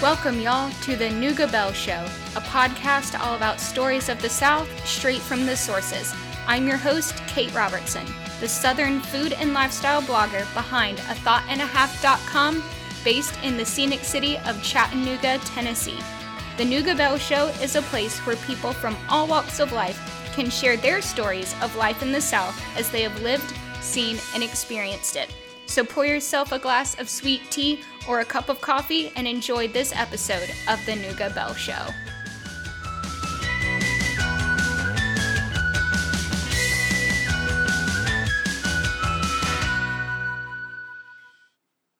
Welcome, y'all, to the Nuga Bell Show, a podcast all about stories of the South straight from the sources. I'm your host, Kate Robertson, the Southern food and lifestyle blogger behind a thought and a half.com based in the scenic city of Chattanooga, Tennessee. The Nuga Bell Show is a place where people from all walks of life can share their stories of life in the South as they have lived, seen, and experienced it. So pour yourself a glass of sweet tea or a cup of coffee and enjoy this episode of The Nuga Bell Show.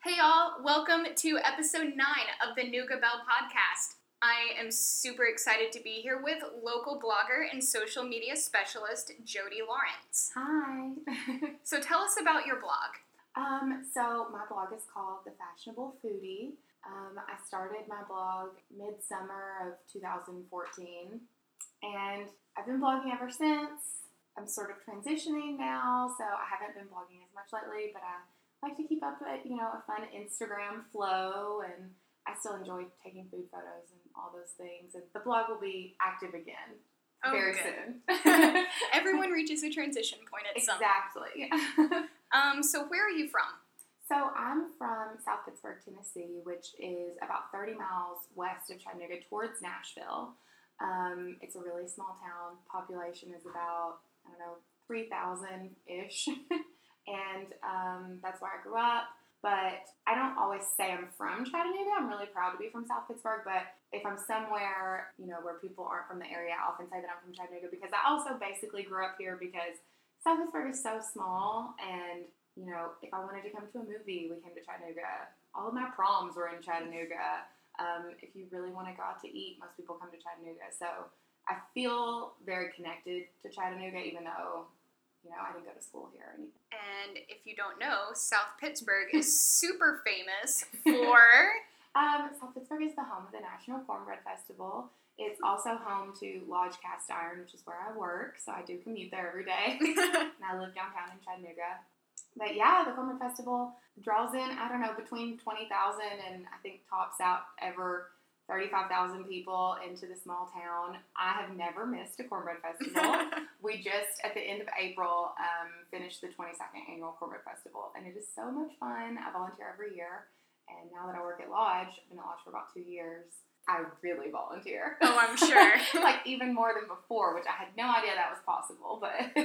Hey, y'all, welcome to episode 9 of the Nuga Bell podcast. I am super excited to be here with local blogger and social media specialist Jody Lawrence. Hi. So tell us about your blog. Um, so my blog is called The Fashionable Foodie. Um, I started my blog midsummer of 2014, and I've been blogging ever since. I'm sort of transitioning now, so I haven't been blogging as much lately, but I like to keep up with you know a fun Instagram flow, and I still enjoy taking food photos and all those things. And the blog will be active again very soon. Everyone reaches a transition point at some exactly. Um, so where are you from? So I'm from South Pittsburgh, Tennessee, which is about 30 miles west of Chattanooga towards Nashville. Um, it's a really small town. Population is about I don't know 3,000 ish, and um, that's where I grew up. But I don't always say I'm from Chattanooga. I'm really proud to be from South Pittsburgh. But if I'm somewhere, you know, where people aren't from the area, I often say that I'm from Chattanooga because I also basically grew up here because South Pittsburgh is so small, and you know, if I wanted to come to a movie, we came to Chattanooga. All of my proms were in Chattanooga. Um, if you really want to go out to eat, most people come to Chattanooga. So I feel very connected to Chattanooga, even though you know I didn't go to school here or anything. And if you don't know, South Pittsburgh is super famous for Um, South Pittsburgh is the home of the National Cornbread Festival. It's also home to Lodge Cast Iron, which is where I work, so I do commute there every day. and I live downtown in Chattanooga. But yeah, the Cornbread Festival draws in, I don't know, between 20,000 and I think tops out ever 35,000 people into the small town. I have never missed a Cornbread Festival. we just, at the end of April, um, finished the 22nd Annual Cornbread Festival, and it is so much fun. I volunteer every year, and now that I work at Lodge, I've been at Lodge for about two years, I really volunteer. Oh, I'm sure. like, even more than before, which I had no idea that was possible, but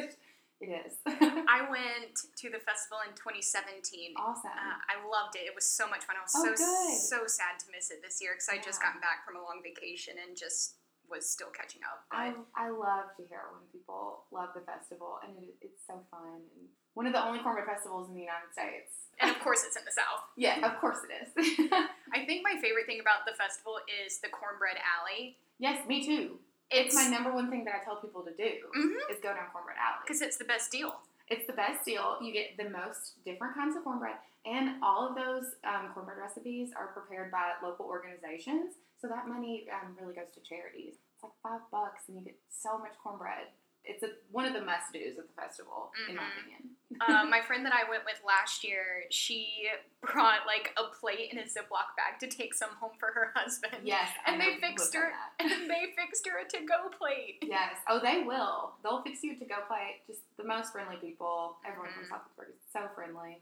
it is. I went to the festival in 2017. awesome. Uh, I loved it. It was so much fun. I was so Oh, good. so sad to miss it this year because I just Yeah. gotten back from a long vacation and just was still catching up. I, But I love to hear when people love the festival, and it, it's so fun. And one of the only cornbread festivals in the United States. and of course, it's in the south. Yeah, of course it is. I think my favorite thing about the festival is the cornbread alley. yes, me too. It's It's my number one thing that I tell people to do Mhm. is go down Cornbread Alley. because it's the best deal. It's the best deal. You get the most different kinds of cornbread, and all of those um, cornbread recipes are prepared by local organizations. So that money um, really goes to charities. It's like five bucks, and you get so much cornbread. It's a, one of the must dos at the festival, in my Mhm. opinion. um, my friend that I went with last year, she brought like a plate in a Ziploc bag to take some home for her husband. Yes, I And know they people fixed have her- done And they fixed her a to-go plate. that. yes. Oh, they will. They'll fix you to go play. Just the most friendly people. Everyone Mhm. from South Pittsburgh is so friendly.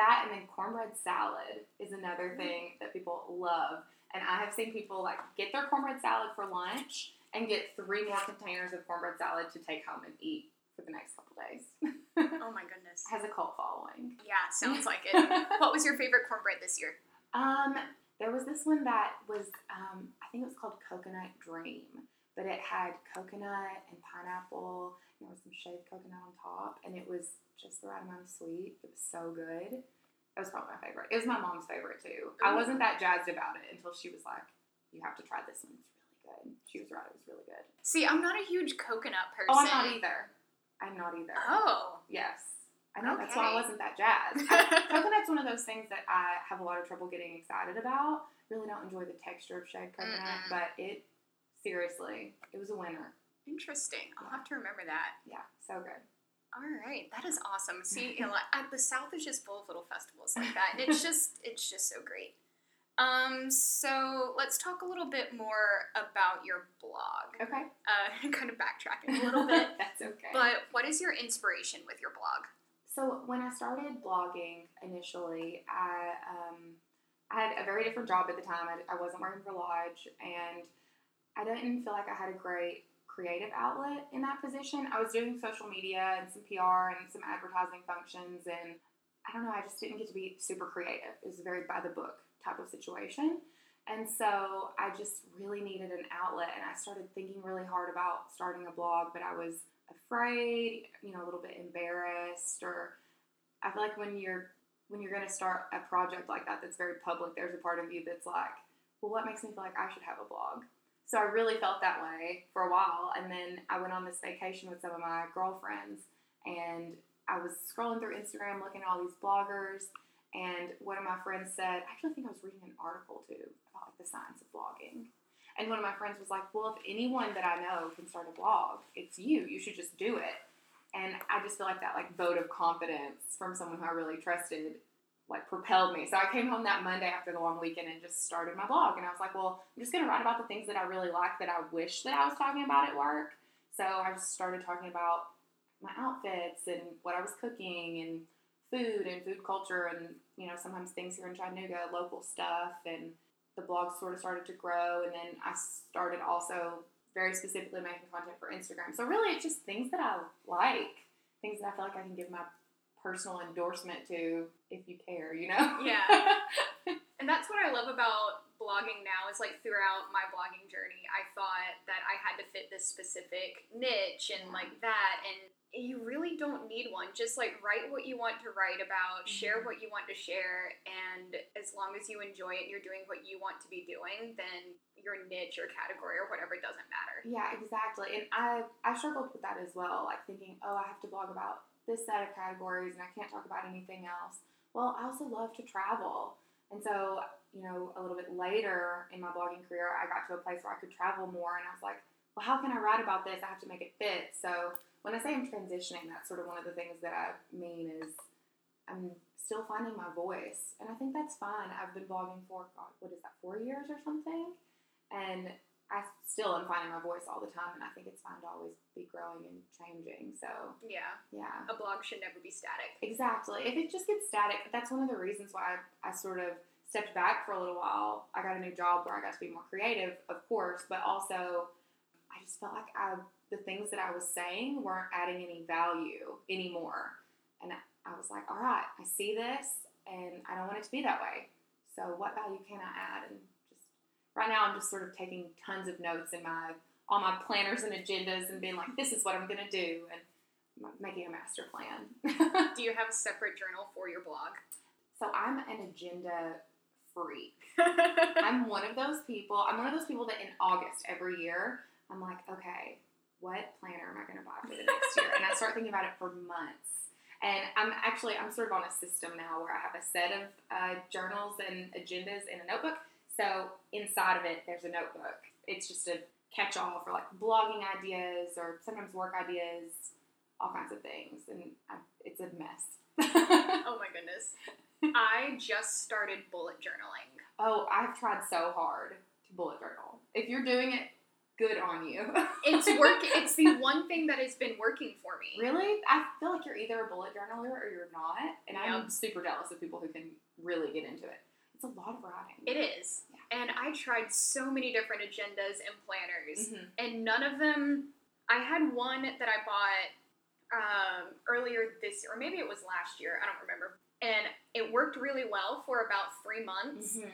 That and then cornbread salad is another thing that people love. And I have seen people like get their cornbread salad for lunch and get three more containers of cornbread salad to take home and eat for the next couple days. Oh my goodness. has a cult following. Yeah, sounds like it. what was your favorite cornbread this year? Um, there was this one that was, um, I think it was called Coconut Dream, but it had coconut and pineapple. And there was some shaved coconut on top, and it was just the right amount of sweet. It was so good. That was probably my favorite. It was my mom's favorite too. I Ooh. wasn't that jazzed about it until she was like, "You have to try this one. It's really good." She was right. It was really good. See, I'm not a huge coconut person. Oh, I'm not either. I'm not either. Oh. Yes. I know that's why Okay. I wasn't that jazzed. I- coconut's one of those things that I have a lot of trouble getting excited about. Really don't enjoy the texture of shaved coconut, Mm-mm. but it seriously, it was a winner. Interesting. I'll Yeah. have to remember that. Yeah, so good. All right, that is awesome. See, you know, like, uh, the South is just full of little festivals like that, and it's just it's just so great. Um, so let's talk a little bit more about your blog. Okay. Uh, kind of backtracking a little bit. That's okay. But what is your inspiration with your blog? So when I started blogging initially, I um, I had a very different job at the time. I, I wasn't working for Lodge, and I didn't feel like I had a great creative outlet in that position. I was doing social media and some PR and some advertising functions, and I don't know. I just didn't get to be super creative. It was a very by the book type of situation. And so I just really needed an outlet, and I started thinking really hard about starting a blog, but I was afraid, you know, a little bit embarrassed, or I feel like when you're when you're going to start a project like that that's very public, there's a part of you that's like, well, what makes me feel like I should have a blog? So I really felt that way for a while, and then I went on this vacation with some of my girlfriends, and I was scrolling through Instagram looking at all these bloggers, and one of my friends said, I actually think I was reading an article too about like the science of blogging. And one of my friends was like, Well, if anyone that I know can start a blog, it's you. You should just do it. And I just feel like that like vote of confidence from someone who I really trusted like propelled me. So I came home that Monday after the long weekend and just started my blog. And I was like, Well, I'm just gonna write about the things that I really like that I wish that I was talking about at work. So I just started talking about my outfits and what I was cooking and food and food culture and you know sometimes things here in Chattanooga, local stuff, and the blog sort of started to grow. And then I started also very specifically making content for Instagram. So really, it's just things that I like, things that I feel like I can give my personal endorsement to if you care, you know? Yeah. And that's what I love about blogging now is like throughout my blogging journey, I thought that I had to fit this specific niche and like that. And you really don't need one. Just like write what you want to write about, share what you want to share. And as long as you enjoy it and you're doing what you want to be doing, then your niche or category or whatever doesn't matter. Yeah, exactly. And I I struggled with that as well, like thinking, oh, I have to blog about this set of categories and I can't talk about anything else. Well, I also love to travel. And so, you know, a little bit later in my blogging career, I got to a place where I could travel more and I was like, well, how can I write about this? I have to make it fit. So, when I say I'm transitioning, that's sort of one of the things that I mean is I'm still finding my voice. And I think that's fine. I've been blogging for, God, what is that, four years or something? And I still am finding my voice all the time. And I think it's fine to always be growing and changing. So, Yeah. yeah. A blog should never be static. Exactly. If it just gets static, that's one of the reasons why I, I sort of stepped back for a little while. I got a new job where I got to be more creative, of course, but also I just felt like I the things that I was saying weren't adding any value anymore. And I was like, all right, I see this and I don't want it to be that way. So what value can I add? And just right now I'm just sort of taking tons of notes in my all my planners and agendas and being like, this is what I'm gonna do and making a master plan. Do you have a separate journal for your blog? So I'm an agenda freak. Oh I'm one of those people. I'm one of those people that in August every year, I'm like, okay, what planner am I going to buy for the next year? And I start thinking about it for months. And I'm actually I'm sort of on a system now where I have a set of uh, journals and agendas in a notebook. So inside of it, there's a notebook. It's just a catch-all for like blogging ideas or sometimes work ideas, all kinds of things, and I, it's a mess. oh my goodness. I just started bullet journaling. Oh, I've tried so hard to bullet journal. If you're doing it, good on you. It's work. It's the one thing that has been working for me. really, I feel like you're either a bullet journaler or you're not, and Yeah. I'm super jealous of people who can really get into it. It's a lot of writing. It is. And I tried so many different agendas and planners, Mhm. and none of them. I had one that I bought um, earlier this, or maybe it was last year. I don't remember. And it worked really well for about three months, Mhm.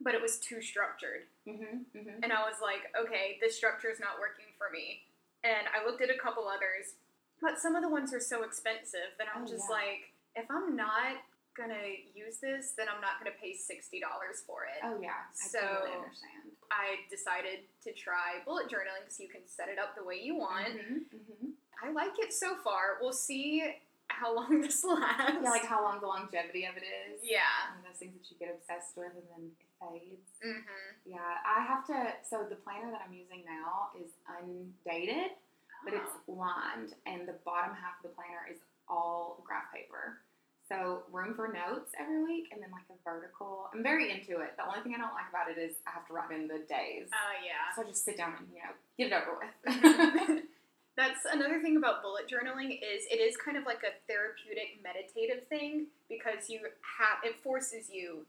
but it was too structured. Mhm. Mhm. And I was like, okay, this structure is not working for me. And I looked at a couple others, but some of the ones are so expensive that I'm Oh, just yeah. like, if I'm not gonna use this, then I'm not gonna pay sixty dollars for it. Oh yeah, I So- totally understand. I decided to try bullet journaling because you can set it up the way you want. Mhm. Mhm. I like it so far. We'll see how long this lasts. Yeah, like how long the longevity of it is. yeah. One of those things that you get obsessed with and then it fades. Mm-hmm. Yeah, I have to. So the planner that I'm using now is undated. Ah. but it's lined, and the bottom half of the planner is all graph paper. So So room for notes every week, and then like a vertical. I'm very into it. The only thing I don't like about it is I have to write in the days. Uh, yeah. so I just sit down and you know get it over with. That's another thing about bullet journaling is it is kind of like a therapeutic meditative thing because you have it forces you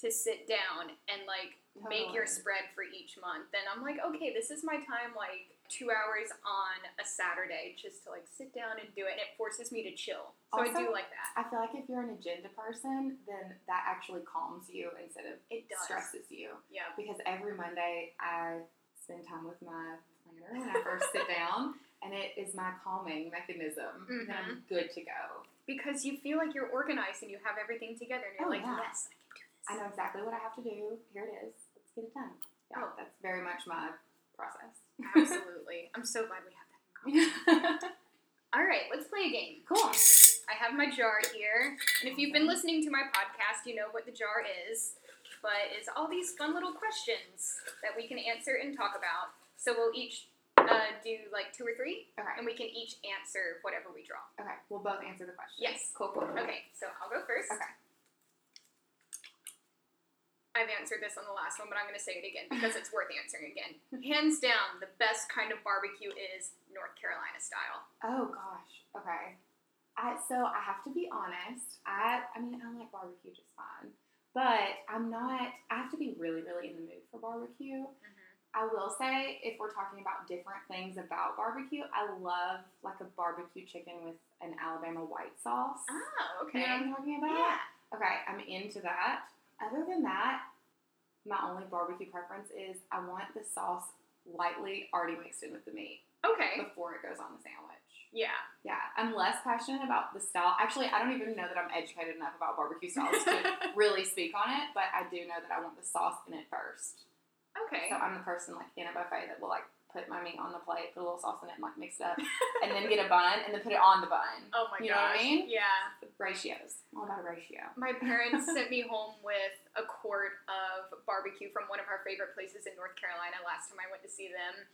to sit down and like make your Totally. spread for each month. And I'm like, okay, this is my time like 2 hours on a Saturday just to like sit down and do it and it forces me to chill. So I do Also- like that. I feel like if you're an agenda person, then that actually calms you instead of It does. stresses you. Yeah. Because every Monday I spend time with my planner when I first sit down, and it is my calming mechanism. And I'm Mm-hmm. good to go. Because you feel like you're organized and you have everything together and you're Oh, like, yeah. yes, I can do this. I know exactly what I have to do. Here it is. Let's get it done. Yeah, Oh. that's very much my process. Absolutely. I'm so glad we have that in common. All right, let's play a game. cool. I have my jar here, and if you've been listening to my podcast, you know what the jar is. But it's all these fun little questions that we can answer and talk about. So we'll each uh, do like two or three, Okay. and we can each answer whatever we draw. Okay. We'll both answer the question. Yes. Cool. Cool. cool. Okay, so I'll go first. Okay. I've answered this on the last one, but I'm going to say it again because it's worth answering again. Hands down, the best kind of barbecue is North Carolina style. Oh gosh. Okay. I so I have to be honest. I I mean I like barbecue just fine, but I'm not. I have to be really really in the mood for barbecue. Mm-hmm. I will say if we're talking about different things about barbecue, I love like a barbecue chicken with an Alabama white sauce. Oh, You okay. know what I'm talking about? Yeah. Okay, I'm into that. Other than that, my only barbecue preference is I want the sauce lightly already mixed in with the meat Okay. before it goes on the sandwich. Yeah. Yeah, I'm less passionate about the style. Actually, I don't even know that I'm educated enough about barbecue styles to really speak on it, but I do know that I want the sauce in it first. Okay. So I'm the person like in a buffet that will like put my meat on the plate, put a little sauce in it, and, like mix it up, and then get a bun and then put it on the bun. Oh my You know what I gosh. mean? Yeah. Ratios. All about a ratio. My parents sent me home with a quart of barbecue from one of our favorite places in North Carolina last time I went to see them.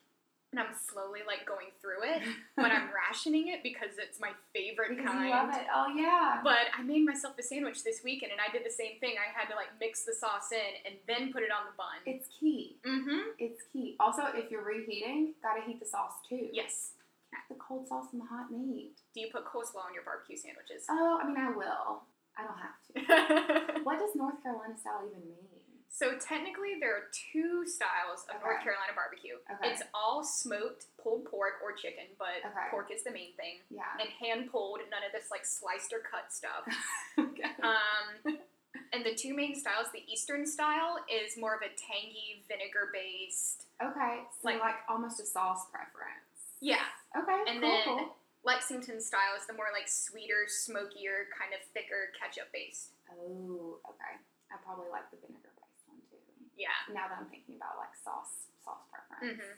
And I'm slowly like going through it, but I'm rationing it because it's my favorite Because kind. you love it. Oh yeah. But I made myself a sandwich this weekend and I did the same thing. I had to like mix the sauce in and then put it on the bun. It's key. Mm-hmm. It's key. Also, if you're reheating, gotta heat the sauce too. Yes. Not The cold sauce and the hot meat. Do you put coleslaw on your barbecue sandwiches? Oh, I mean, I will. I don't have Uh to. what does North Carolina style even mean? So technically, there are two styles of North Okay. Carolina barbecue. Okay. It's all smoked pulled pork or chicken, but Okay. pork is the main thing, Yeah. and hand pulled. None of this like sliced or cut stuff. okay. Um, and the two main styles, the Eastern style is more of a tangy vinegar based. Okay. So like- like, almost a sauce preference. Yeah. Okay. And cool, then- cool. Lexington style is the more like sweeter, smokier, kind of thicker ketchup based. Oh, okay. I probably like the vinegar based one too. Yeah. Now that I'm thinking about like sauce sauce preference. Mhm.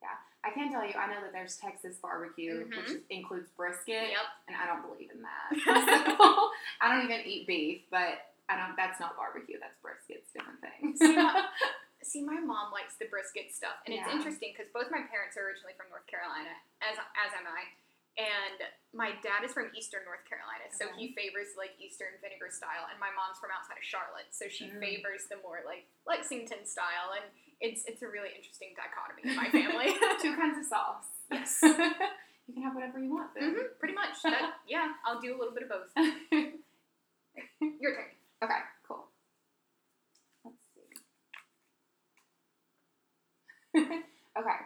Yeah. I can tell you, I know that there's Texas barbecue, which is, includes brisket. Mm-hmm. Yep. and I don't believe in that. So, I don't even eat beef, but I don't. That's not barbecue. That's brisket. It's a different thing. See, my, see, my mom likes the brisket stuff, and it's Yeah. interesting because both my parents are originally from North Carolina, as as am I, and my dad is from Eastern North Carolina, so Okay. he favors like Eastern vinegar style, and my mom's from outside of Charlotte, so she Mm. favors the more like Lexington style, and it's it's a really interesting dichotomy in my family. Two kinds of sauce. yes, you can have whatever you want. Then. hmm pretty much. That, yeah, I'll do a little bit of both. Your turn. Okay. Cool. Let's see. okay.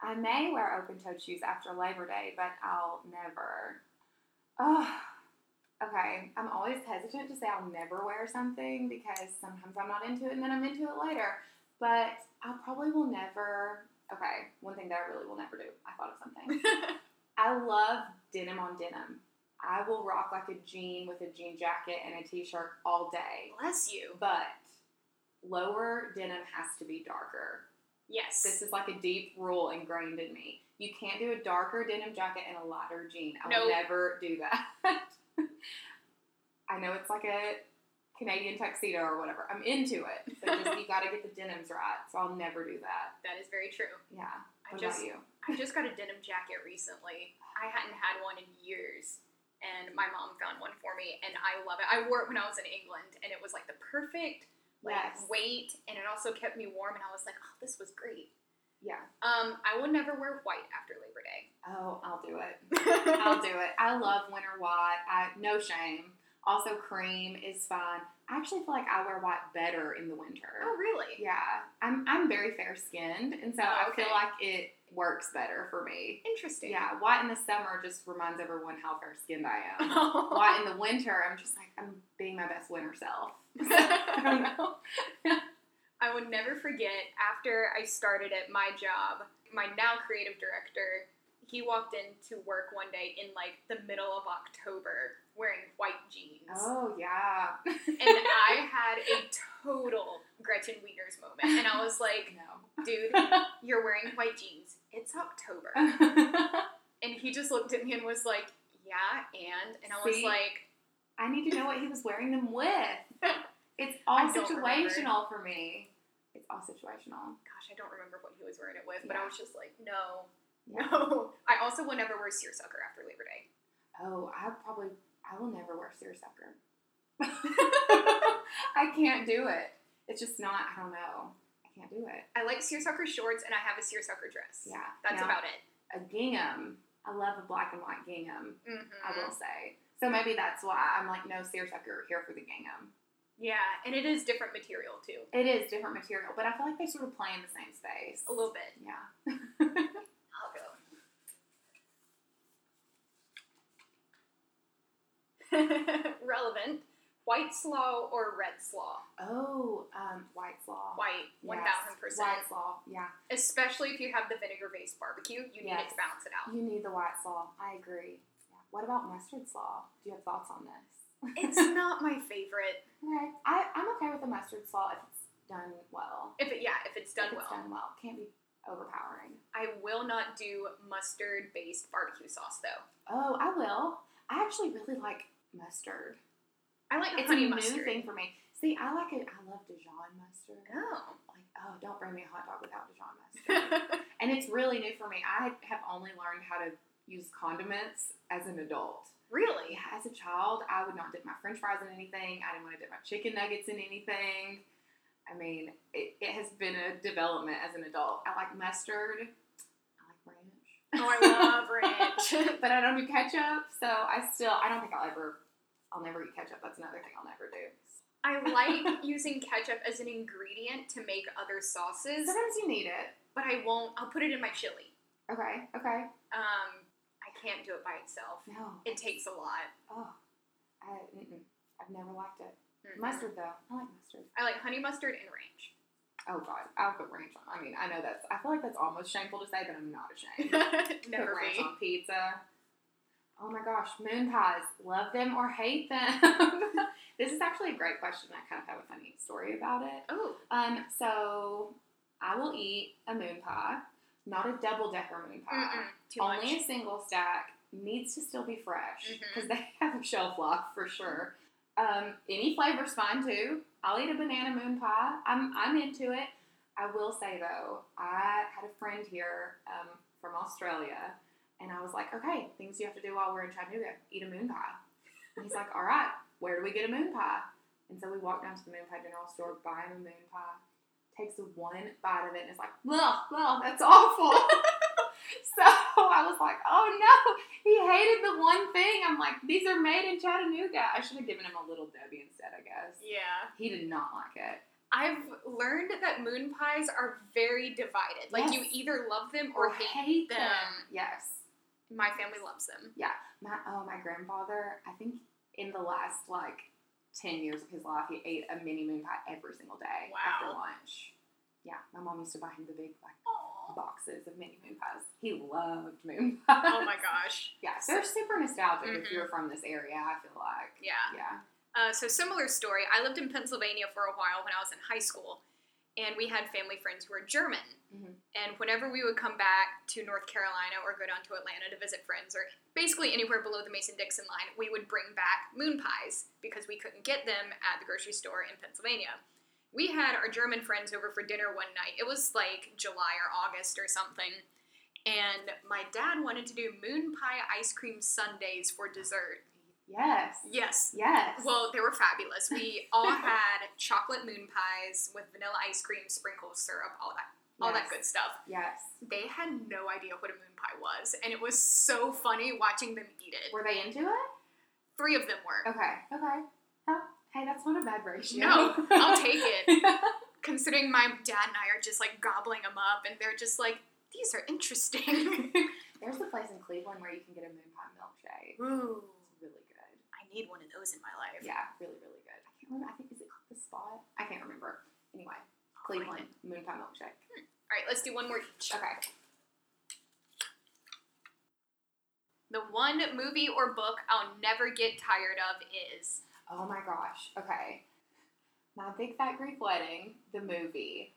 I may wear open-toed shoes after Labor Day, but I'll never. Oh. Okay, I'm always hesitant to say I'll never wear something because sometimes I'm not into it and then I'm into it later. But I probably will never. Okay, one thing that I really will never do. I thought of something. I love denim on denim. I will rock like a jean with a jean jacket and a t shirt all day. Bless you. But lower denim has to be darker. Yes. This is like a deep rule ingrained in me. You can't do a darker denim jacket and a lighter jean. I will Nope. never do that. I know it's like a Canadian tuxedo or whatever. I'm into it. But just you gotta get the denims right. So I'll never do that. that is very true. Yeah. I What just about you? I just got a denim jacket recently. I hadn't had one in years, and my mom found one for me, and I love it. I wore it when I was in England, and it was like the perfect like Yes. weight, and it also kept me warm. And I was like, oh, this was great. Yeah. Um, I will never wear white after Labor Day. Um, Oh, I'll do it. I'll do it. I love winter white. I no shame. Also, cream is fine. I actually feel like I wear white better in the winter. oh, really? Yeah, I'm I'm very fair skinned, and so Oh, I okay. feel like it works better for me. Interesting. Yeah, white in the summer just reminds everyone how fair skinned I am. Why? white in the winter, I'm just like I'm being my best winter self. I don't I know. will never forget after I started at my job, my now creative director, he walked into work one day in like the middle of October wearing white jeans. Oh yeah, And I had a total Gretchen Wieners moment. And I was like, no. dude, you're wearing white jeans. It's October. Oh. And he just looked at me and was like, yeah, and? And I was See? like, I need to know what he was wearing them with. It's all I don't situational for me. It's all situational. gosh, I don't remember what he was wearing it with, but I Yeah. was just like, no, no. I also will never wear seersucker after Labor Day. Oh, I probably I will never wear seersucker. I can't do it. It's just not. I don't know. I can't do it. I like seersucker shorts and I have a seersucker dress. Yeah, That's Now, about it. a gingham. I love a black and white gingham. hmm I will say. So maybe that's why I'm like no seersucker here for the gingham. Yeah, and it is different material too. It is different material, but I feel like they sort of play in the same space. A little bit. Yeah. I'll go. Relevant. White slaw or red slaw? Oh, um, White Slaw. White, one Yes, thousand percent. White Slaw. Yeah. Especially if you have the vinegar-based barbecue, you need it Yes. to balance it out. You need the White Slaw. I agree. Yeah. What about mustard slaw? Do you have thoughts on this? It's not my favorite. Okay. I, I'm okay with the mustard slaw if it's done well. If it, yeah, if it's done if it's well. done well. Can't be overpowering. I will not do mustard based barbecue sauce though. Oh, I will. I actually really like mustard. I like It's honey a new mustard. thing for me. See, I like it. I love Dijon mustard. Oh. Like, oh, don't bring me a hot dog without Dijon mustard. and it's really new for me. I have only learned how to use condiments as an adult. really? Yeah, as a child, I would not dip my french fries in anything. I didn't want to dip my chicken nuggets in anything. I mean, it, it has been a development as an adult. I like mustard, I like ranch, Oh, I love ranch. but I don't do ketchup, so I still, I don't think I'll ever, I'll never eat ketchup. That's another thing I'll never do. I like using ketchup as an ingredient to make other sauces, Sometimes you need it. but I won't. I'll put it in my chili. Okay, okay. Um, I can't do it by itself. No. It takes a lot. Oh, I, mm-mm. I've never liked it. Mm-mm. Mustard, though, I like mustard. I like honey mustard and ranch. Oh, God, I'll put ranch on. I mean, I know that's, I feel like that's almost shameful to say, but I'm not ashamed. Never Put be. ranch on pizza. Oh my gosh, moon pies. Love them or hate them? this is actually a great question. I kind of have a funny story about it. Oh, Um, so I will eat a moon pie, not a double decker moon pie. mm-mm, too much. Uh-uh. Mm-hmm. Only a single stack needs to still be fresh because they have a shelf life for sure. Um, any flavor's fine too. I'll eat a banana moon pie. I'm I'm into it. I will say though, I had a friend here um, from Australia, and I was like, okay, things you have to do while we're in Chattanooga: eat a moon pie. And he's like, all right, where do we get a moon pie? And so we walked down to the moon pie general store, buy him a moon pie. Takes one bite of it and is like, blah, blah, that's awful. So I was like, oh no, he hated the one thing. I'm like, these are made in Chattanooga. I should have given him a little Debbie instead, I guess. Yeah. He did not like it. I've learned that moon pies are very divided. Like you Yes. Oh, either love them or hate. them. Yes. My family loves them. My oh my grandfather, I think in the last like ten years of his life, he ate a mini moon pie every single day after Wow. lunch. Yeah, my mom used to buy him the big like boxes of mini moon pies. He loved moon pies. Oh my gosh. Yeah, they're super nostalgic if you're from this area. I feel like. Mm-hmm. Yeah. Yeah. Uh, so similar story. I lived in Pennsylvania for a while when I was in high school, and we had family friends who were German. Mhm. And whenever we would come back to North Carolina or go down to Atlanta to visit friends, or basically anywhere below the Mason-Dixon line, we would bring back moon pies because we couldn't get them at the grocery store in Pennsylvania. we had our German friends over for dinner one night. It was like July or August or something. and my dad wanted to do moon pie ice cream sundaes for dessert. Yes. Yes. Yes. Well, they were fabulous. We all had chocolate moon pies with vanilla ice cream, sprinkles, syrup, all that, all that Yes. good stuff. Yes. They had no idea what a moon pie was, and it was so funny watching them eat it. Were they into it? Three of them were. Okay. Okay. Oh, hey, that's not a bad ratio. No, I'll take it. Considering my dad and I are just like gobbling them up, and they're just like, these are interesting. There's a place in Cleveland where you can get a moon pie milkshake. Ooh, It's really good. I need one of those in my life. Yeah, really, really good. I can't remember. I think is it called the spot? I can't remember. Anyway, Cleveland moon pie milkshake. All right, let's do one more each. Okay. The one movie or book I'll never get tired of is. Oh my gosh. Okay. My Big Fat Greek Wedding, the movie.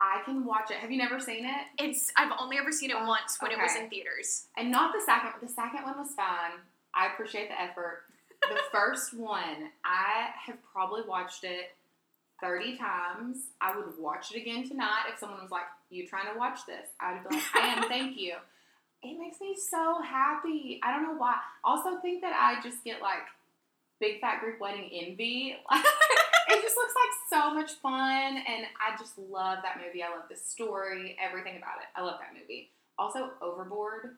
I can watch it. Have you never seen it? It's I've only ever seen it Oh, once when it was okay. in theaters. And not the second. The second one was fine. I appreciate the effort. The first one, I have probably watched it 30 times. I would watch it again tonight if someone was like, You trying to watch this? I would be like, I am, thank you. It makes me so happy. I don't know why. I also think that I just get like big fat Greek wedding envy. it just looks like so much fun. And I just love that movie. I love the story, everything about it. I love that movie. Also, Overboard.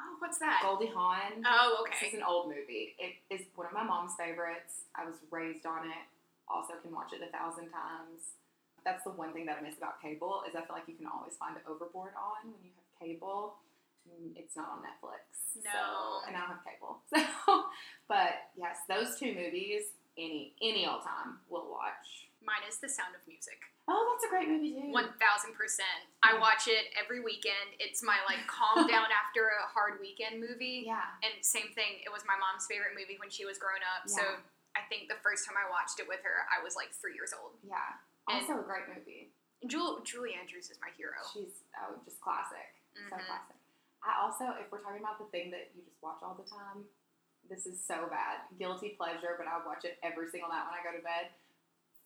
Oh, what's that? Goldie Hawn. Oh, This is okay. an old movie. It is one of my mom's favorites. I was raised on it. Also, can watch it a thousand times. That's the one thing that I miss about cable is I feel like you can always find Overboard on when you have cable. Mm, It's not on Netflix. No. So, and I don't have cable. So, but yes, those two movies, any any old time, we'll watch. Mine is The Sound of Music. Oh, that's a great movie too. One thousand percent. I watch it every weekend. It's my like calm down after a hard weekend movie. Yeah. And same thing. It was my mom's favorite movie when she was growing up. So Yeah. I think the first time I watched it with her, I was like three years old. Yeah. And- Also a great movie. And Jul- Julie Andrews is my hero. She's oh, just classic. So Mhm. classic. I also, if we're talking about the thing that you just watch all the time, this is so bad. Guilty pleasure, but I watch it every single night when I go to bed.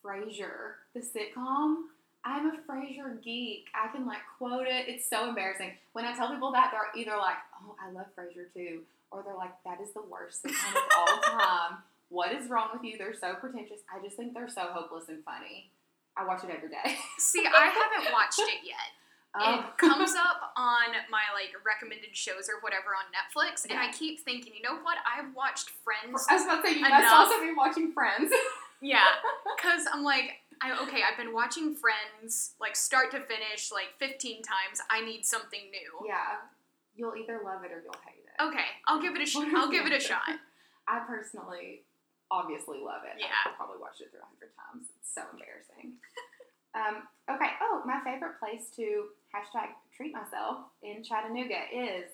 Frasier, the sitcom. I'm a Frasier geek. I can like quote it. It's so embarrassing. When I tell people that, they're either like, "Oh, I love Frasier too," or they're like, "That is the worst sitcom of all time. What is wrong with you? They're so pretentious. I just think they're so hopeless and funny. I watch it every day. See, I haven't watched it yet. Oh. It comes up on my like recommended shows or whatever on Netflix, and I Yeah. keep thinking, you know what? I've watched Friends. I was about to say you must Enough. also be watching Friends. yeah, because I'm like, I okay, I've been watching Friends like start to finish like 15 times. I need something new. Yeah, you'll either love it or you'll hate it. Okay, I'll give it a shot. I'll give it a shot. I personally, obviously, love it. Yeah. I've probably watched it through a hundred times. It's so embarrassing. um, okay. Oh, my favorite place to hashtag treat myself in Chattanooga is,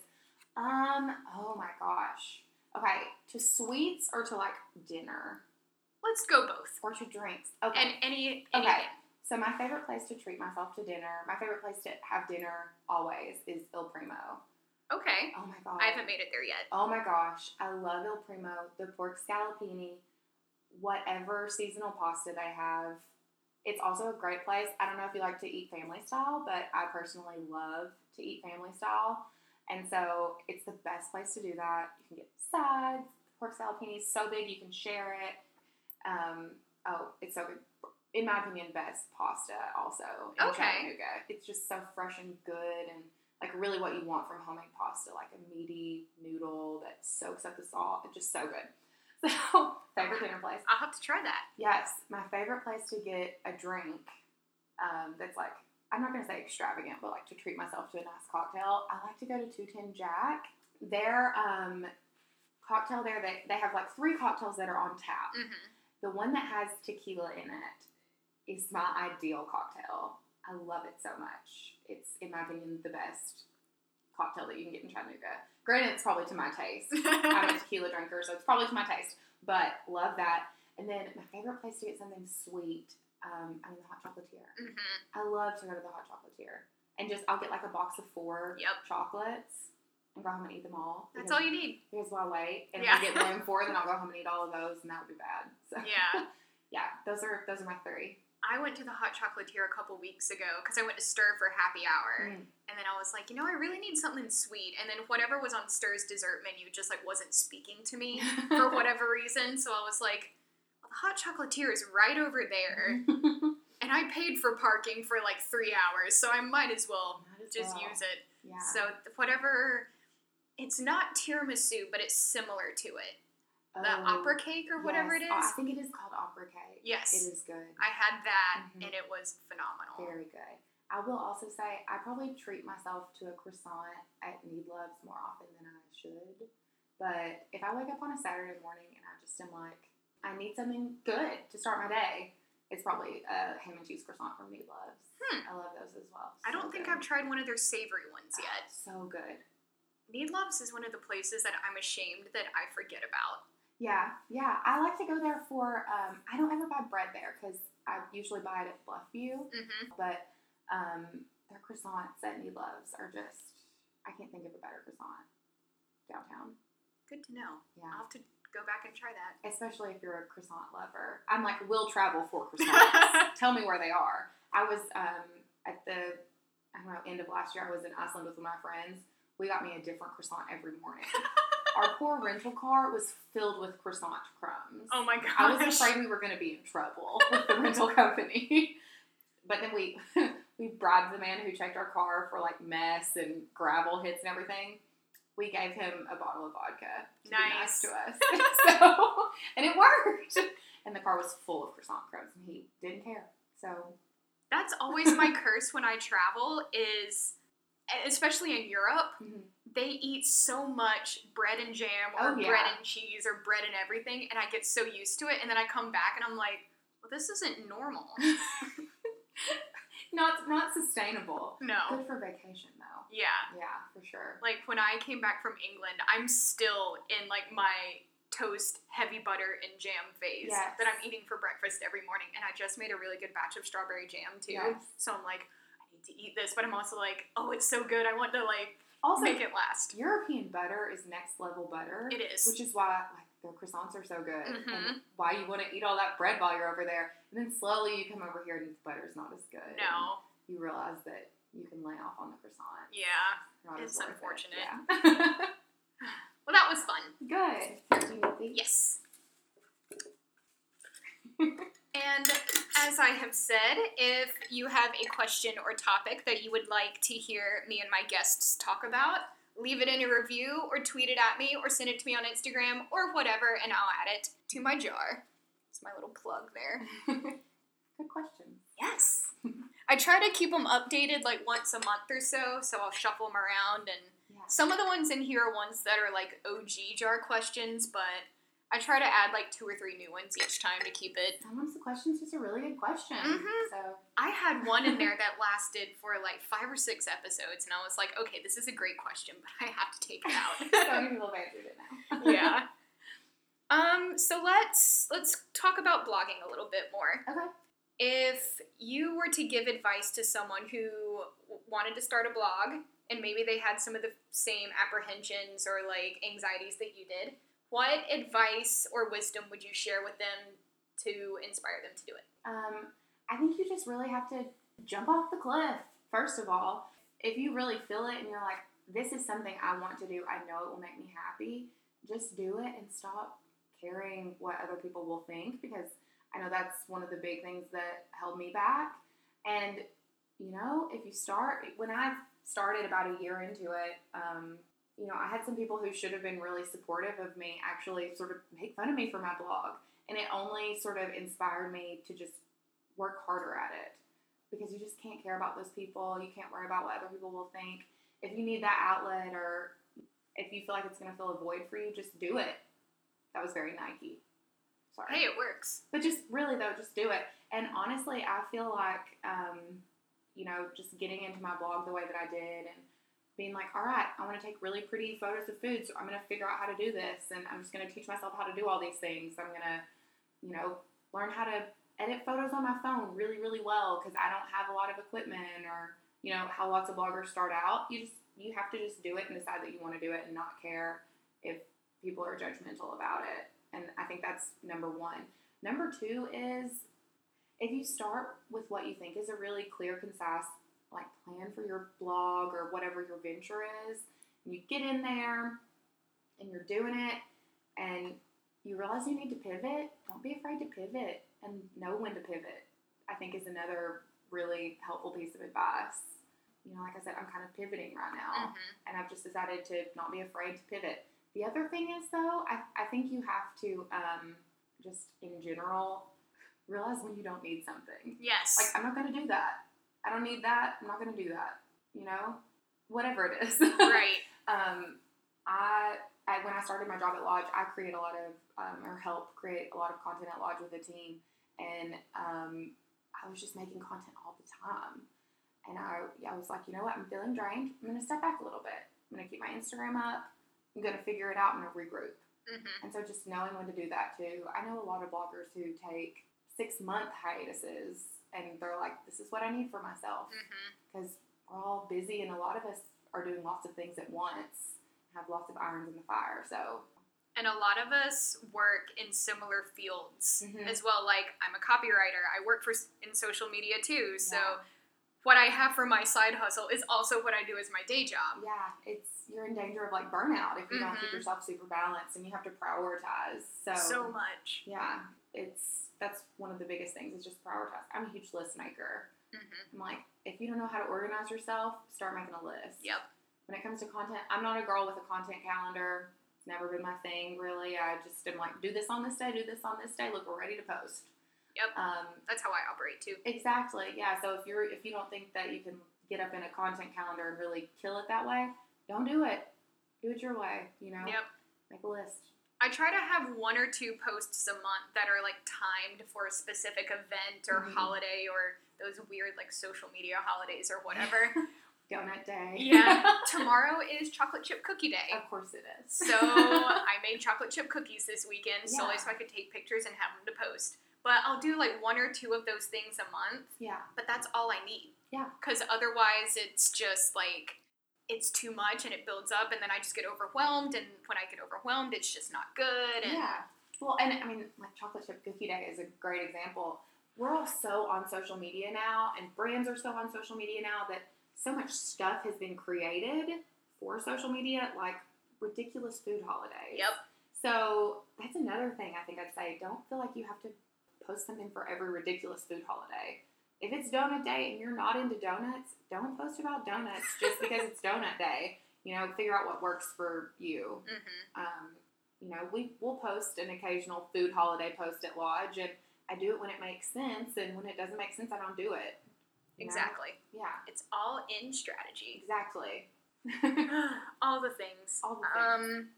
um, oh my gosh. Okay, to sweets or to like dinner Let's go both. or to drinks. Okay. And any Okay. anything. So my favorite place to treat myself to dinner, my favorite place to have dinner always is Il Primo. Okay. Oh my god. I haven't made it there yet. Oh my gosh, I love Il Primo, the pork scallopini, whatever seasonal pasta they have. It's also a great place. I don't know if you like to eat family style, but I personally love to eat family style. And so it's the best place to do that. You can get sides. The pork scallopini is so big, you can share it. Um, oh, it's so good. In my opinion, best pasta also in Okay. Chattanooga. It's just so fresh and good and like really what you want from homemade pasta, like a meaty noodle that soaks up the salt. It's just so good. So favorite dinner place. I'll have to try that. Yes, my favorite place to get a drink um, that's like I'm not gonna say extravagant, but like to treat myself to a nice cocktail. I like to go to Two Ten Jack. Their um, cocktail there, they they have like three cocktails that are on tap. hmm The one that has tequila in it is my ideal cocktail. I love it so much. It's, in my opinion, the best cocktail that you can get in Chattanooga. Granted, it's probably to my taste. I'm a tequila drinker, so it's probably to my taste, but love that. And then my favorite place to get something sweet, um, I mean, the hot chocolatier. hmm I love to go to the hot chocolatier. And just, I'll get like a box of four Yep. chocolates and go home and eat them all. That's all you need. Here's why I wait. And Yeah. if I get one four, then I'll go home and eat all of those, and that would be bad. So Yeah. yeah, those are those are my three. I went to the Hot Chocolatier a couple weeks ago because I went to Stir for happy hour, Mm. and then I was like, you know, I really need something sweet. And then whatever was on Stir's dessert menu just like wasn't speaking to me for whatever reason. So I was like, well, the Hot Chocolatier is right over Mm-hmm. there, and I paid for parking for like three hours, so I might as well Might as just well. use it. Yeah. So th- whatever, it's not tiramisu, but it's similar to it. The Oh, opera cake or whatever yes. it Oh, is. I think it is called opera cake. Yes. It is good. I had that Mhm. and it was phenomenal. Very good. I will also say I probably treat myself to a croissant at Need Loves more often than I should. But if I wake up on a Saturday morning and I just am like, I need something good to start my day, it's probably a ham and cheese croissant from Need Loves. Hmm. I love those as well. I don't think I've tried one of their savory ones Ah. yet. So good. Need Loves is one of the places that I'm ashamed that I forget about. Yeah, yeah. I like to go there for. Um, I don't ever buy bread there because I usually buy it at Bluffview. hmm But um, their croissants at Need Loves are just. I can't think of a better croissant downtown. Good to know. Yeah, I'll have to go back and try that. especially if you're a croissant lover. I'm like, will travel for croissants. Tell me where they are. I was um, at the I don't know end of last year. I was in Iceland with my friends. We got me a different croissant every morning. Our poor rental car was filled with croissant crumbs. Oh my gosh. I was afraid we were going to be in trouble with the rental company. But then we we bribed the man who checked our car for like mess and gravel hits and everything. We gave him a bottle of vodka. To Nice. Be nice to us. so and it worked. And the car was full of croissant crumbs, and he didn't care. So That's always my curse when I travel is e, especially in Europe, mhm. they eat so much bread and jam or Oh, yeah. bread and cheese or bread and everything and I get so used to it and then I come back and I'm like, well this isn't normal. not not sustainable. no. Good for vacation though. Yeah. Yeah, for sure. Like when I came back from England, I'm still in like my toast, heavy butter, and jam phase Yes. that I'm eating for breakfast every morning. And I just made a really good batch of strawberry jam too. Yes. So I'm like, I need to eat this, but I'm also like, oh, it's so good. I want to like Also, make it last. European butter is next level butter. It is. Which is why like their croissants are so good and Mhm. why you want to eat all that bread while you're over there. And then slowly you come over here and the butter's not as good. No. You realize that you can lay off on the croissant. Yeah. Not as It's worth it. unfortunate. Yeah. Well, that was fun. good. Do you think- Yes. and as I have said, if you have a question or topic that you would like to hear me and my guests talk about, leave it in a review or tweet it at me or send it to me on Instagram or whatever, and I'll add it to my jar. It's my little plug there. Good question. Yes. I try to keep them updated like once a month or so, so I'll shuffle them around and Yeah. some of the ones in here are ones that are like OG jar questions, but I try to add like two or three new ones each time to keep it. Sometimes the question's just a really good question. Mhm. So I had one in there that lasted for like five or six episodes, and I was like, okay, this is a great question, but I have to take it so out. you will have answered it now. yeah. Um, so let's let's talk about blogging a little bit more. Okay. If you were to give advice to someone who w- wanted to start a blog and maybe they had some of the same apprehensions or like anxieties that you did, what advice or wisdom would you share with them to inspire them to do it? Um, I think you just really have to jump off the cliff, first of all. If you really feel it and you're like, this is something I want to do, I know it will make me happy, just do it and stop caring what other people will think because I know that's one of the big things that held me back. And, you know, if you start, when I started about a year into it, um, you know, I had some people who should have been really supportive of me actually sort of make fun of me for my blog and it only sort of inspired me to just work harder at it because you just can't care about those people you can't worry about what other people will think if you need that outlet or if you feel like it's going to fill a void for you just do it that was very nike sorry Hey, it works. but just really though, just do it. And honestly, I feel like um, you know, just getting into my blog the way that I did and being like, all right, I want to take really pretty photos of food, so I'm going to figure out how to do this, and I'm just going to teach myself how to do all these things. I'm going to, you know, learn how to edit photos on my phone really, really well because I don't have a lot of equipment or you know how lots of bloggers start out. You just you have to just do it and decide that you want to do it and not care if people are judgmental about it. And I think that's number one. Number two is if you start with what you think is a really clear, concise, like plan for your blog or whatever your venture is, and you get in there and you're doing it and you realize you need to pivot, don't be afraid to pivot and know when to pivot. I think is another really helpful piece of advice. You know, like I said, I'm kind of pivoting right now Mhm. and I've just decided to not be afraid to pivot. The other thing is, though, I, I think you have to um, just in general realize when you don't need something. Yes. Like, I'm not going to do that. I don't need that. I'm not going to do that. You know, whatever it is. right. um, I, I when I started my job at Lodge, I create a lot of um, or help create a lot of content at Lodge with a team, and um, I was just making content all the time, and I I was like, you know what, I'm feeling drained. I'm gonna step back a little bit. I'm gonna keep my Instagram up. I'm gonna figure it out. I'm gonna regroup. Mm-hmm. And so just knowing when to do that too. I know a lot of bloggers who take six month hiatuses, and they're like, this is what I need for myself Mm-hmm. because we're all busy and a lot of us are doing lots of things at once, have lots of irons in the fire. So, And a lot of us work in similar fields Mhm. as well. Like I'm a copywriter. I work for s- in social media too. So Yeah. what I have for my side hustle is also what I do as my day job. yeah, it's you're in danger of like burnout if you don't keep Mhm. yourself super balanced and you have to prioritize. So, So much. yeah, it's that's one of the biggest things is just prioritize. I'm a huge list maker. Mm-hmm. I'm like, if you don't know how to organize yourself, start making a list. Yep. When it comes to content, I'm not a girl with a content calendar. It's never been my thing, really. I just am like, do this on this day, do this on this day. Look, we're ready to post. Yep. Um, That's how I operate too. Exactly. Yeah. So if you're if you don't think that you can get up in a content calendar and really kill it that way, don't do it. Do it your way. You know. Yep. Make a list. I try to have one or two posts a month that are like timed for a specific event or Mhm. holiday or those weird like social media holidays or whatever. Donut day. yeah. Tomorrow is chocolate chip cookie day. of course it is. So I made chocolate chip cookies this weekend solely Yeah. so I could take pictures and have them to post. But I'll do like one or two of those things a month, yeah. but that's all I need. Yeah. Because otherwise it's just like it's too much and it builds up and then I just get overwhelmed and when I get overwhelmed it's just not good and Yeah. Well, and I mean, like chocolate chip cookie day is a great example. We're all so on social media now, and brands are so on social media now that so much stuff has been created for social media, like ridiculous food holidays. Yep. So that's another thing I think I'd say. Don't feel like you have to post something for every ridiculous food holiday. If it's donut day and you're not into donuts, don't post about donuts just because it's donut day. You know, figure out what works for you hmm um, you know, we will post an occasional food holiday post at Lodge, and I do it when it makes sense, and when it doesn't make sense, I don't do it. you know? Exactly. Yeah, It's all in strategy. exactly. all the things. All the things. Um,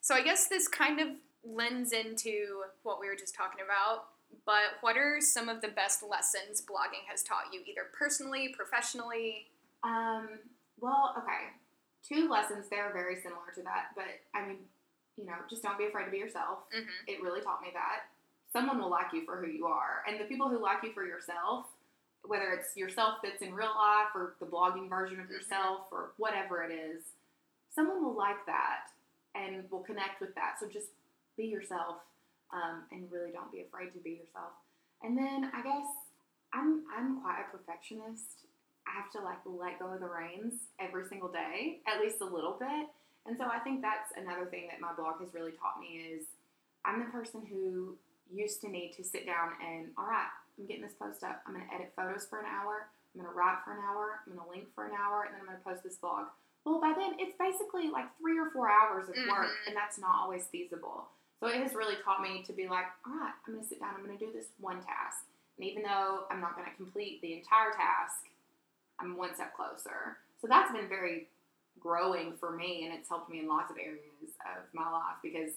so I guess this kind of lends into what we were just talking about. But what are some of the best lessons blogging has taught you, either personally, professionally? Um, well, okay, two lessons there are very similar to that, but I mean, you know, just don't be afraid to be yourself. Mm-hmm. It really taught me that someone will like you for who you are, and the people who like you for yourself, whether it's yourself that's in real life or the blogging version of Mhm. yourself or whatever it is, someone will like that and will connect with that. So just be yourself um, and really don't be afraid to be yourself. And then I guess I'm I'm quite a perfectionist. I have to like let go of the reins every single day, at least a little bit. And so I think that's another thing that my blog has really taught me is I'm the person who used to need to sit down and all right, I'm getting this post up. I'm going to edit photos for an hour. I'm going to write for an hour. I'm going to link for an hour, and then I'm going to post this blog. Well, by then it's basically like three or four hours of work, Mhm. and that's not always feasible. So it has really taught me to be like, all right, I'm going to sit down. I'm going to do this one task, and even though I'm not going to complete the entire task, I'm one step closer. So that's been very growing for me, and it's helped me in lots of areas of my life because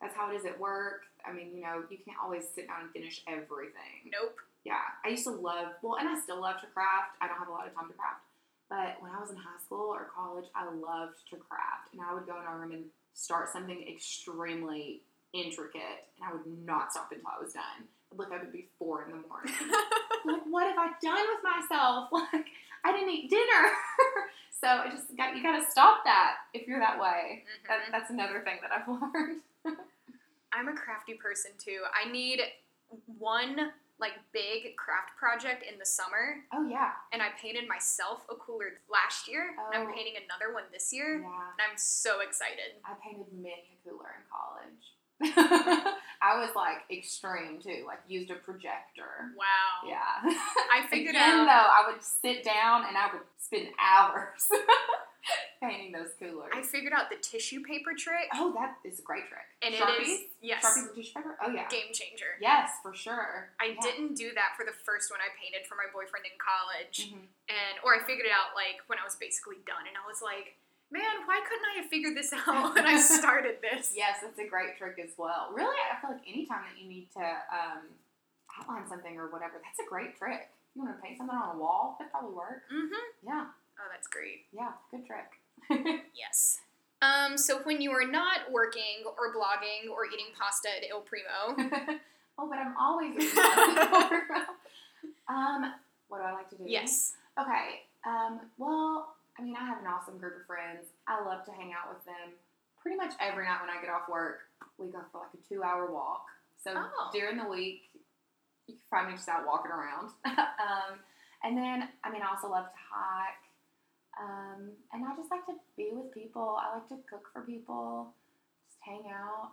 that's how it is at work. I mean, you know, you can't always sit down and finish everything. Nope. Yeah, I used to love, well, and I still love to craft. I don't have a lot of time to craft, but when I was in high school or college, I loved to craft, and I would go in our room and start something extremely intricate, and I would not stop until I was done. I'd look up and be four in the morning. like, what have I done with myself? Like, I didn't eat dinner. so I just got you got to stop that if you're that way. That, Mhm. that's another thing that I've learned. I'm a crafty person too. I need one like big craft project in the summer, Oh yeah. and I painted myself a cooler last year, and Oh. I'm painting another one this year, Yeah. and I'm so excited. I painted many a cooler in college. I was like extreme too, like used a projector. Wow. Yeah. I figured Again, out. though, I would sit down and I would spend hours painting those coolers. I figured out the tissue paper trick, oh, that is a great trick. and it Sharpies? is yes, Sharpies and tissue paper? Oh, yeah. game changer. Yes, for sure. I Yeah. didn't do that for the first one I painted for my boyfriend in college, Mhm. and or I figured it out like when I was basically done, and I was like, man, why couldn't I have figured this out when I started this? Yes, that's a great trick as well. Really, I feel like anytime that you need to um, outline something or whatever, that's a great trick. You want to paint something on a wall? That probably work. Mm-hmm. Yeah, Oh, that's great. yeah, good trick. Yes. Um, so when you are not working or blogging or eating pasta at Il Primo, oh, but I'm always. um, what do I like to do? yes, Okay. Um, well, I mean, I have an awesome group of friends. I love to hang out with them. Pretty much every night when I get off work, we go for like a two-hour walk. So Oh. during the week, you can find me just out walking around. um, and then, I mean, I also love to hike. Um, and I just like to be with people. I like to cook for people, just hang out.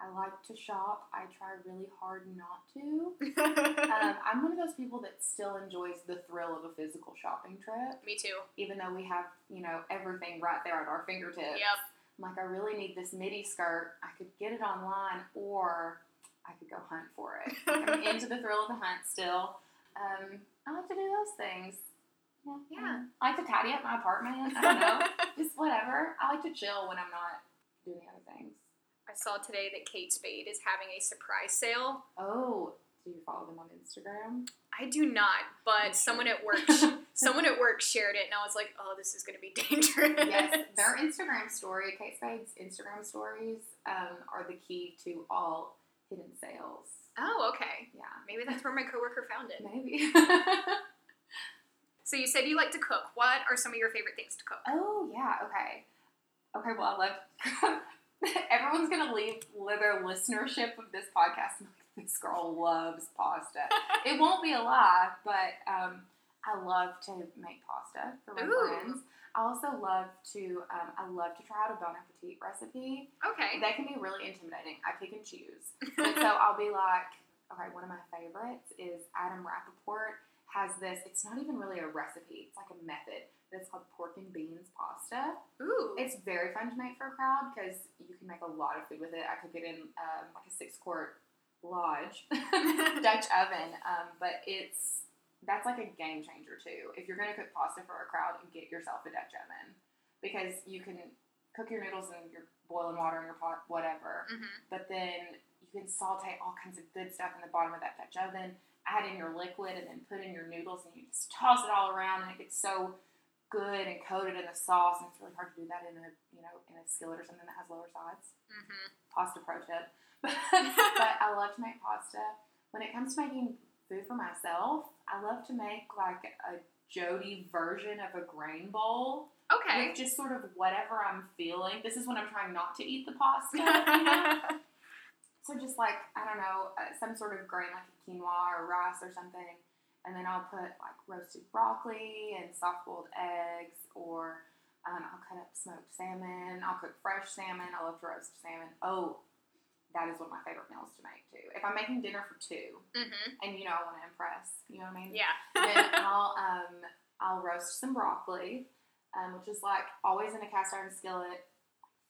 I like to shop. I try really hard not to um, I'm one of those people that still enjoys the thrill of a physical shopping trip, me too. even though we have, you know, everything right there at our fingertips. Yep. I'm like, I really need this midi skirt. I could get it online or I could go hunt for it. Like, I'm into the thrill of the hunt still. Um, I like to do those things. Yeah. Yeah. I like to tidy up my apartment. I don't know. Just whatever. I like to chill when I'm not doing other things. I saw today that Kate Spade is having a surprise sale Oh, do you follow them on Instagram? I do not, Okay. but someone at work, sh- someone at work shared it, and I was like, "Oh, this is going to be dangerous." yes, their Instagram story, Kate Spade's Instagram stories, um, are the key to all hidden sales. Oh, okay. Yeah, Maybe that's where my coworker found it. maybe. So you said you like to cook. What are some of your favorite things to cook? oh yeah, okay, okay. Well, I love. Everyone's gonna leave their listenership of this podcast. and be like, This girl loves pasta. it won't be a lie, but um, I love to make pasta for my Ooh. friends. I also love to. Um, I love to try out a Bon Appetit recipe. Okay. That can be really intimidating. I pick and choose. And so I'll be like, okay, one of my favorites is Adam Rappaport has this, it's not even really a recipe, it's like a method that's called pork and beans pasta. Ooh. It's very fun to make for a crowd because you can make a lot of food with it. I cook it in um, like a six quart lodge Dutch oven, um, but it's that's like a game changer too. If you're gonna cook pasta for a crowd, get yourself a Dutch oven because you can cook your noodles in your boiling water in your pot, whatever. Mhm. But then you can saute all kinds of good stuff in the bottom of that Dutch oven. Add in your liquid and then put in your noodles and you just toss it all around and it gets so good and coated in the sauce and it's really hard to do that in a you know in a skillet or something that has lower sides. Mhm. Pasta pro tip. but I love to make pasta. When it comes to making food for myself, I love to make like a Jody version of a grain bowl Okay. with just sort of whatever I'm feeling. This is when I'm trying not to eat the pasta. you know? so just like I don't know, uh, some sort of grain like a quinoa or rice or something, and then I'll put like roasted broccoli and soft boiled eggs, or um, I'll cut up smoked salmon. I'll cook fresh salmon. I love to roast salmon. Oh, that is one of my favorite meals to make too. If I'm making dinner for two, Mhm. and you know I want to impress, you know what I mean? Yeah. then I'll um, I'll roast some broccoli, um, which is like always in a cast iron skillet.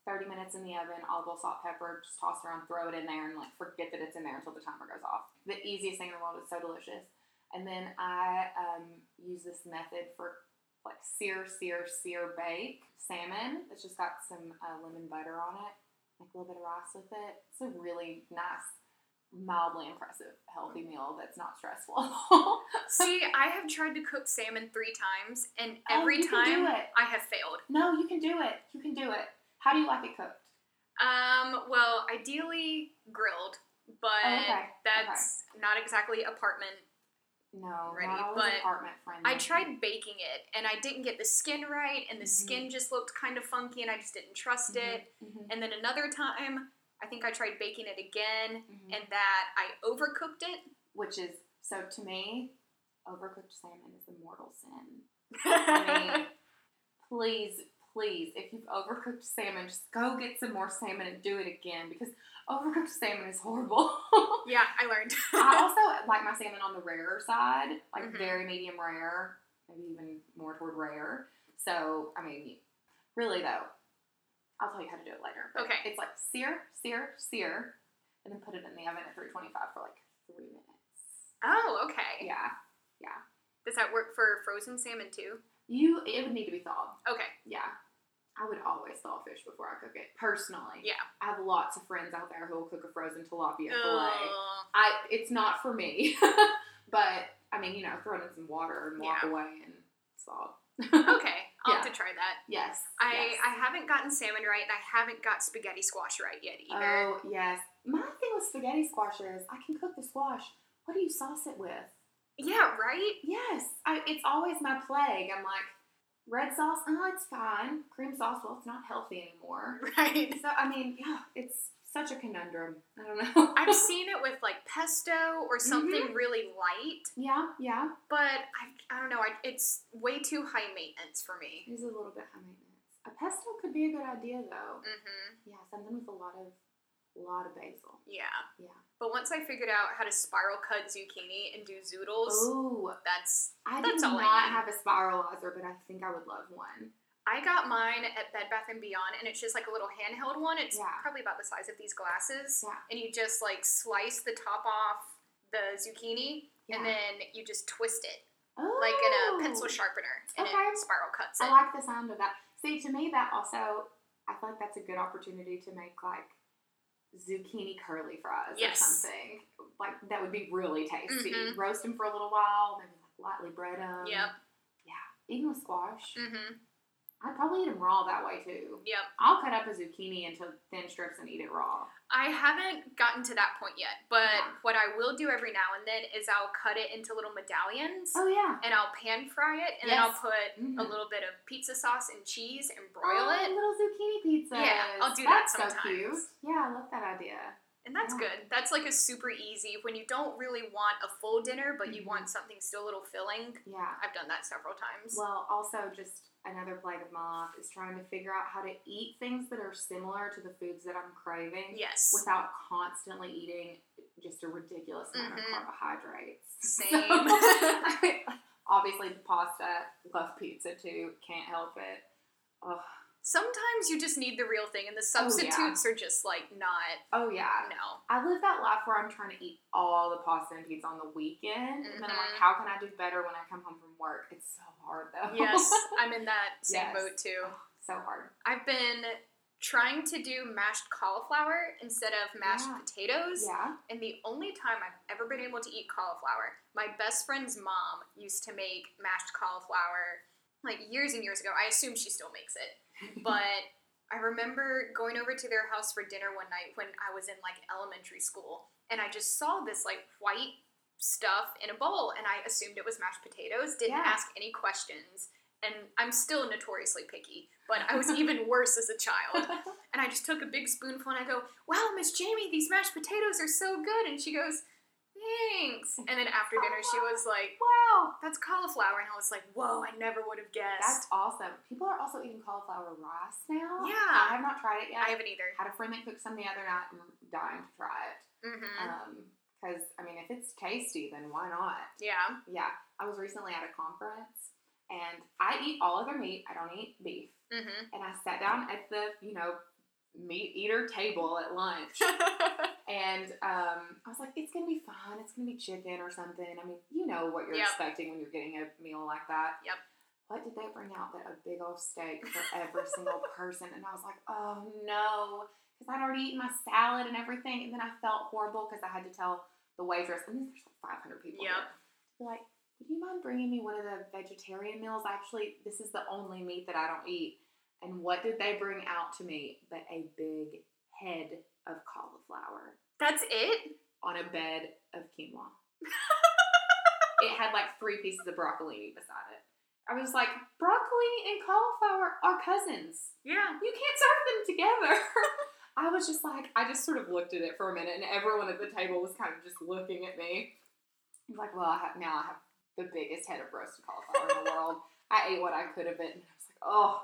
Thirty minutes in the oven, olive oil, salt, pepper, just toss it around, throw it in there, and like forget that it's in there until the timer goes off. The easiest thing in the world. It's so delicious. And then I um, use this method for like sear, sear, sear, bake salmon. It's just got some uh, lemon butter on it, like a little bit of rice with it. It's a really nice, mildly impressive, healthy meal that's not stressful. See, I have tried to cook salmon three times, and Oh, every you can do time it. I have failed. No, you can do it. You can do it. How do you like it cooked? Um, well, ideally grilled, but Oh, okay. that's not exactly apartment No, Ready, not always but apartment friendly. I tried baking it and I didn't get the skin right, and the Mm-hmm. skin just looked kind of funky, and I just didn't trust it. Mhm, And then another time, I think I tried baking it again, mhm, mhm. and that I overcooked it. which is So to me, overcooked salmon is a mortal sin. I mean, I please, please, if you've overcooked salmon, just go get some more salmon and do it again because overcooked salmon is horrible. mean, yeah, I learned. I also like my salmon on the rarer side, like Mhm. very medium rare, maybe even more toward rare. So, I mean, really though, I'll tell you how to do it later. but Okay. It's like sear, sear, sear, and then put it in the oven at 325 for like three minutes. oh, okay. Yeah. Does that work for frozen salmon too? You, it would need to be thawed. Okay. Yeah. I would always thaw fish before I cook it, personally. Yeah. I have lots of friends out there who will cook a frozen tilapia fillet. Oh, I it's not for me. but I mean, you know, throw it in some water and walk Yeah. away and salt. okay. I'll have Yeah. to try that. Yes. I, yes. I haven't gotten salmon right, and I haven't got spaghetti squash right yet either. Oh yes. My thing with spaghetti squash is I can cook the squash. What do you sauce it with? Yeah, right? Yes. I, it's always my plague. I'm like, red sauce, oh it's fine. Cream sauce, well it's not healthy anymore. Right. So I mean, yeah, it's such a conundrum. I don't know. I've seen it with like pesto Mm-hmm. or something really light, yeah, yeah. but I, I don't know. I, it's way too high maintenance for me. It is a little bit high maintenance. A pesto could be a good idea though. Mm-hmm. Yeah, something with a lot of lot of basil. Yeah. Yeah. But once I figured out how to spiral cut zucchini and do zoodles, Oh, that's I did That's all not I need. have a spiralizer, but I think I would love one. I got mine at Bed Bath and Beyond, and it's just like a little handheld one. It's Yeah. probably about the size of these glasses, Yeah. and you just like slice the top off the zucchini, and Yeah. then you just twist it oh, like in a pencil sharpener, and Okay. it spiral cuts it. I like the sound of that. See, to me, that also I feel like that's a good opportunity to make like zucchini curly fries Yes. or something. Like that would be really tasty. Mhm. Roast them for a little while, maybe like lightly bread them. Yep. Yeah, even with squash, Mm-hmm. I'd probably eat them raw that way too. Yep. I'll cut up a zucchini into thin strips and eat it raw. I haven't gotten to that point yet, but Yeah. what I will do every now and then is I'll cut it into little medallions, Oh yeah. and I'll pan fry it, and then I'll Yes. put Mhm. a little bit of pizza sauce and cheese and broil Oh, it, Little zucchini pizza. Yeah, I'll do that That's so sometimes. cute. Yeah, I love that idea. and that's Yeah. good. That's like a super easy when you don't really want a full dinner, but you Mhm. want something still a little filling. Yeah. I've done that several times. Well, also just another plague of my life is trying to figure out how to eat things that are similar to the foods that I'm craving yes, without constantly eating just a ridiculous amount Mhm. of carbohydrates. So, Same. I mean, obviously, pasta. Love pizza too. Can't help it. Ugh. sometimes you just need the real thing, and the substitutes are just like not. Oh yeah. No, I live that life where I'm trying to eat all the pasta and pizza on the weekend, and then I'm like, Mhm. how can I do better when I come home from work? It's so hard though. yes, I'm in that same Yes. boat too. so hard. I've been trying to do mashed cauliflower instead of mashed Yeah. potatoes. Yeah. And the only time I've ever been able to eat cauliflower, my best friend's mom used to make mashed cauliflower like years and years ago. I assume she still makes it. But I remember going over to their house for dinner one night when I was in like elementary school and I just saw this like white stuff in a bowl and I assumed it was mashed potatoes, didn't Yeah. ask any questions. And I'm still notoriously picky, but I was even worse as a child. And I just took a big spoonful and I go, Wow, Miss Jamie, these mashed potatoes are so good. And she goes, Thanks. And then after dinner, she was like, wow. That's cauliflower. And I was like, Whoa, I never would have That's guessed. awesome. People are also eating cauliflower rice now. Yeah. I have not tried it yet. I haven't either. had a friend that cooked some the other night and I'm dying to try it. Uh, hmm Because, I mean, if it's tasty, then why not? yeah. Yeah. I was recently at a conference and I eat all other meat, I don't eat beef. hmm and I sat down at the you know meat eater table at lunch, and um, I was like, it's gonna be fun. It's gonna be chicken or something. I mean, you know what you're Yep. expecting when you're getting a meal like that. Yep. What did they bring out but a big old steak for every single person? And I was like, oh no, because I'd already eaten my salad and everything, and then I felt horrible because I had to tell the waitress, and there's like 500 people. Yep. here, to be Like, would you mind bringing me one of the vegetarian meals? Actually, this is the only meat that I don't eat. And what did they bring out to me but a big head of cauliflower That's it? on a bed of quinoa? it had like three pieces of broccoli beside it. I was like, broccoli and cauliflower are cousins. Yeah. You can't serve them together. I was just like, I just sort of looked at it for a minute, and everyone at the table was kind of just looking at me. I'm like, well, I have, now I have the biggest head of roasted cauliflower in the world. I ate what I could of it, and I was like, oh,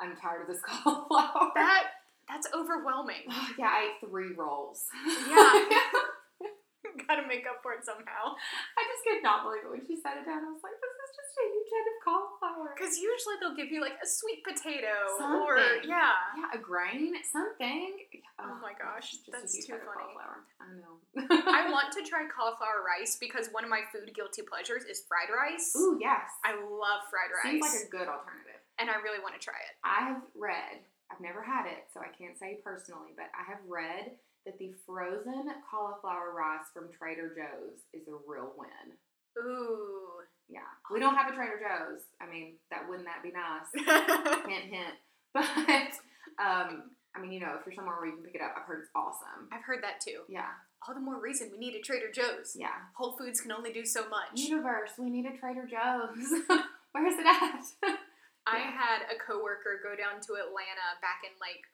I'm tired of this cauliflower. That that's overwhelming. yeah, I ate three rolls. Yeah. Gotta make up for it somehow. I just could not believe it when she set it down. I was like, this is just a huge head of cauliflower. Because usually they'll give you like a sweet potato or Something. yeah. Yeah, a grain, something. Oh my gosh, that's huge too head of funny. cauliflower. I know. I want to try cauliflower rice because one of my food guilty pleasures is fried rice. Ooh, yes. I love fried rice, Seems like a good alternative. and I really want to try it. I have read, I've never had it, so I can't say personally, but I have read that the frozen cauliflower rice from Trader Joe's is a real win. Ooh. Yeah. We don't have a Trader Joe's. I mean, that wouldn't that be nice? hint, hint. But, um, I mean, you know, if you're somewhere where you can pick it up, I've heard it's awesome. I've heard that too. Yeah. All the more reason we need a Trader Joe's. Yeah. Whole Foods can only do so much. Universe, we need a Trader Joe's. Where is it at? I Yeah. had a coworker go down to Atlanta back in like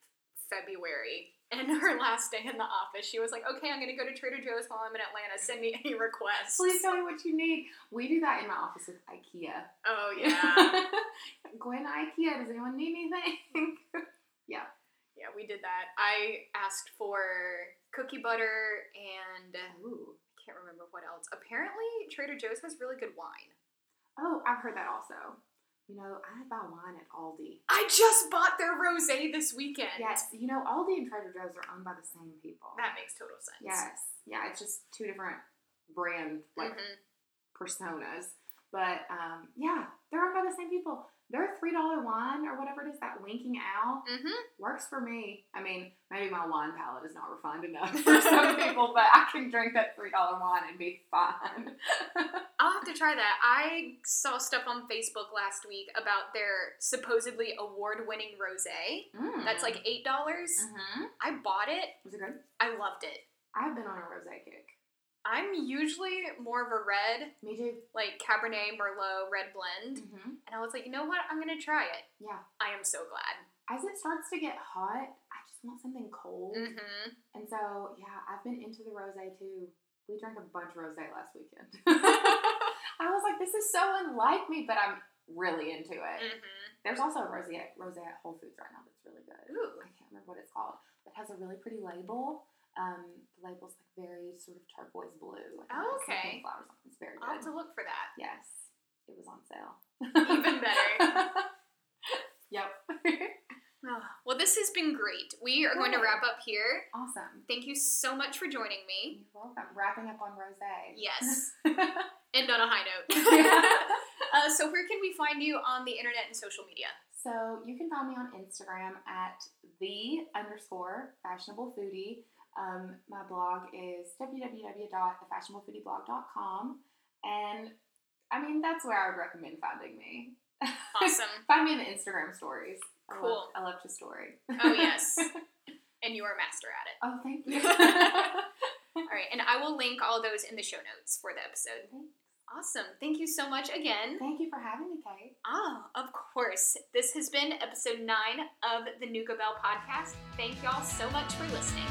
February. And her last day in the office, she was like, "Okay, I'm gonna go to Trader Joe's while I'm in Atlanta. Send me any requests." Please tell me what you need. We do that in my office with IKEA. Oh yeah, Going to IKEA, does anyone need anything? yeah, we did that. I asked for cookie butter and I Ooh. can't remember what else. Apparently, Trader Joe's has really good wine. Oh, I've heard that also. You know, I buy wine at Aldi. I just bought their rosé this weekend. Yes, you know, Aldi and Trader Joe's are owned by the same people. that makes total sense. Yes. Yeah, it's just two different brand like Mhm. personas. But um, yeah, they're owned by the same people. Their three dollar wine or whatever it is, that winking owl Mhm. works for me. I mean, maybe my wine palate is not refined enough for some people, but I can drink that three dollar wine and be fine. I'll have to try that. I saw stuff on Facebook last week about their supposedly award-winning rosé. Mm. That's like eight dollars. Mhm. I bought it. Was it good? I loved it. I've been on a rosé kick. I'm usually more of a red, Me too. like Cabernet Merlot red blend, Mm-hmm. and I was like, you know what? I'm gonna try it. Yeah. I am so glad. As it starts to get hot, I just want something cold. Mm-hmm. And so, yeah, I've been into the rosé too. We drank a bunch of rosé last weekend. I was like, this is so unlike me, but I'm really into it. Mm-hmm. There's also a rosé at, rosé at Whole Foods right now that's really good. Ooh. I can't remember what it's called. It has a really pretty label. Um, the label's like very sort of turquoise blue. Like it Oh, has some okay. pink Flowers on it. It's very I'll have to good. look for that. Yes, it was on sale. Even better. yep. Ah, well, this has been great. We are going to Good. wrap up here. awesome. Thank you so much for joining me. You're welcome. Wrapping up on rosé. Yes. End on a high note. Yeah. uh, so, where can we find you on the internet and social media? So you can find me on Instagram at the underscore fashionable foodie. Um, my blog is www.thefashionablefoodieblog.com. And I mean, that's where I would recommend finding me. Awesome. Find me in the Instagram stories. I Love, Cool. I love to story. Oh, yes. And you are a master at it. Oh, thank you. All right. And I will link all those in the show notes for the episode. Awesome. Thank you so much again. thank you for having me, Kate. Ah, of course. This has been episode nine of the Nuka Bell podcast. Thank y'all so much for listening.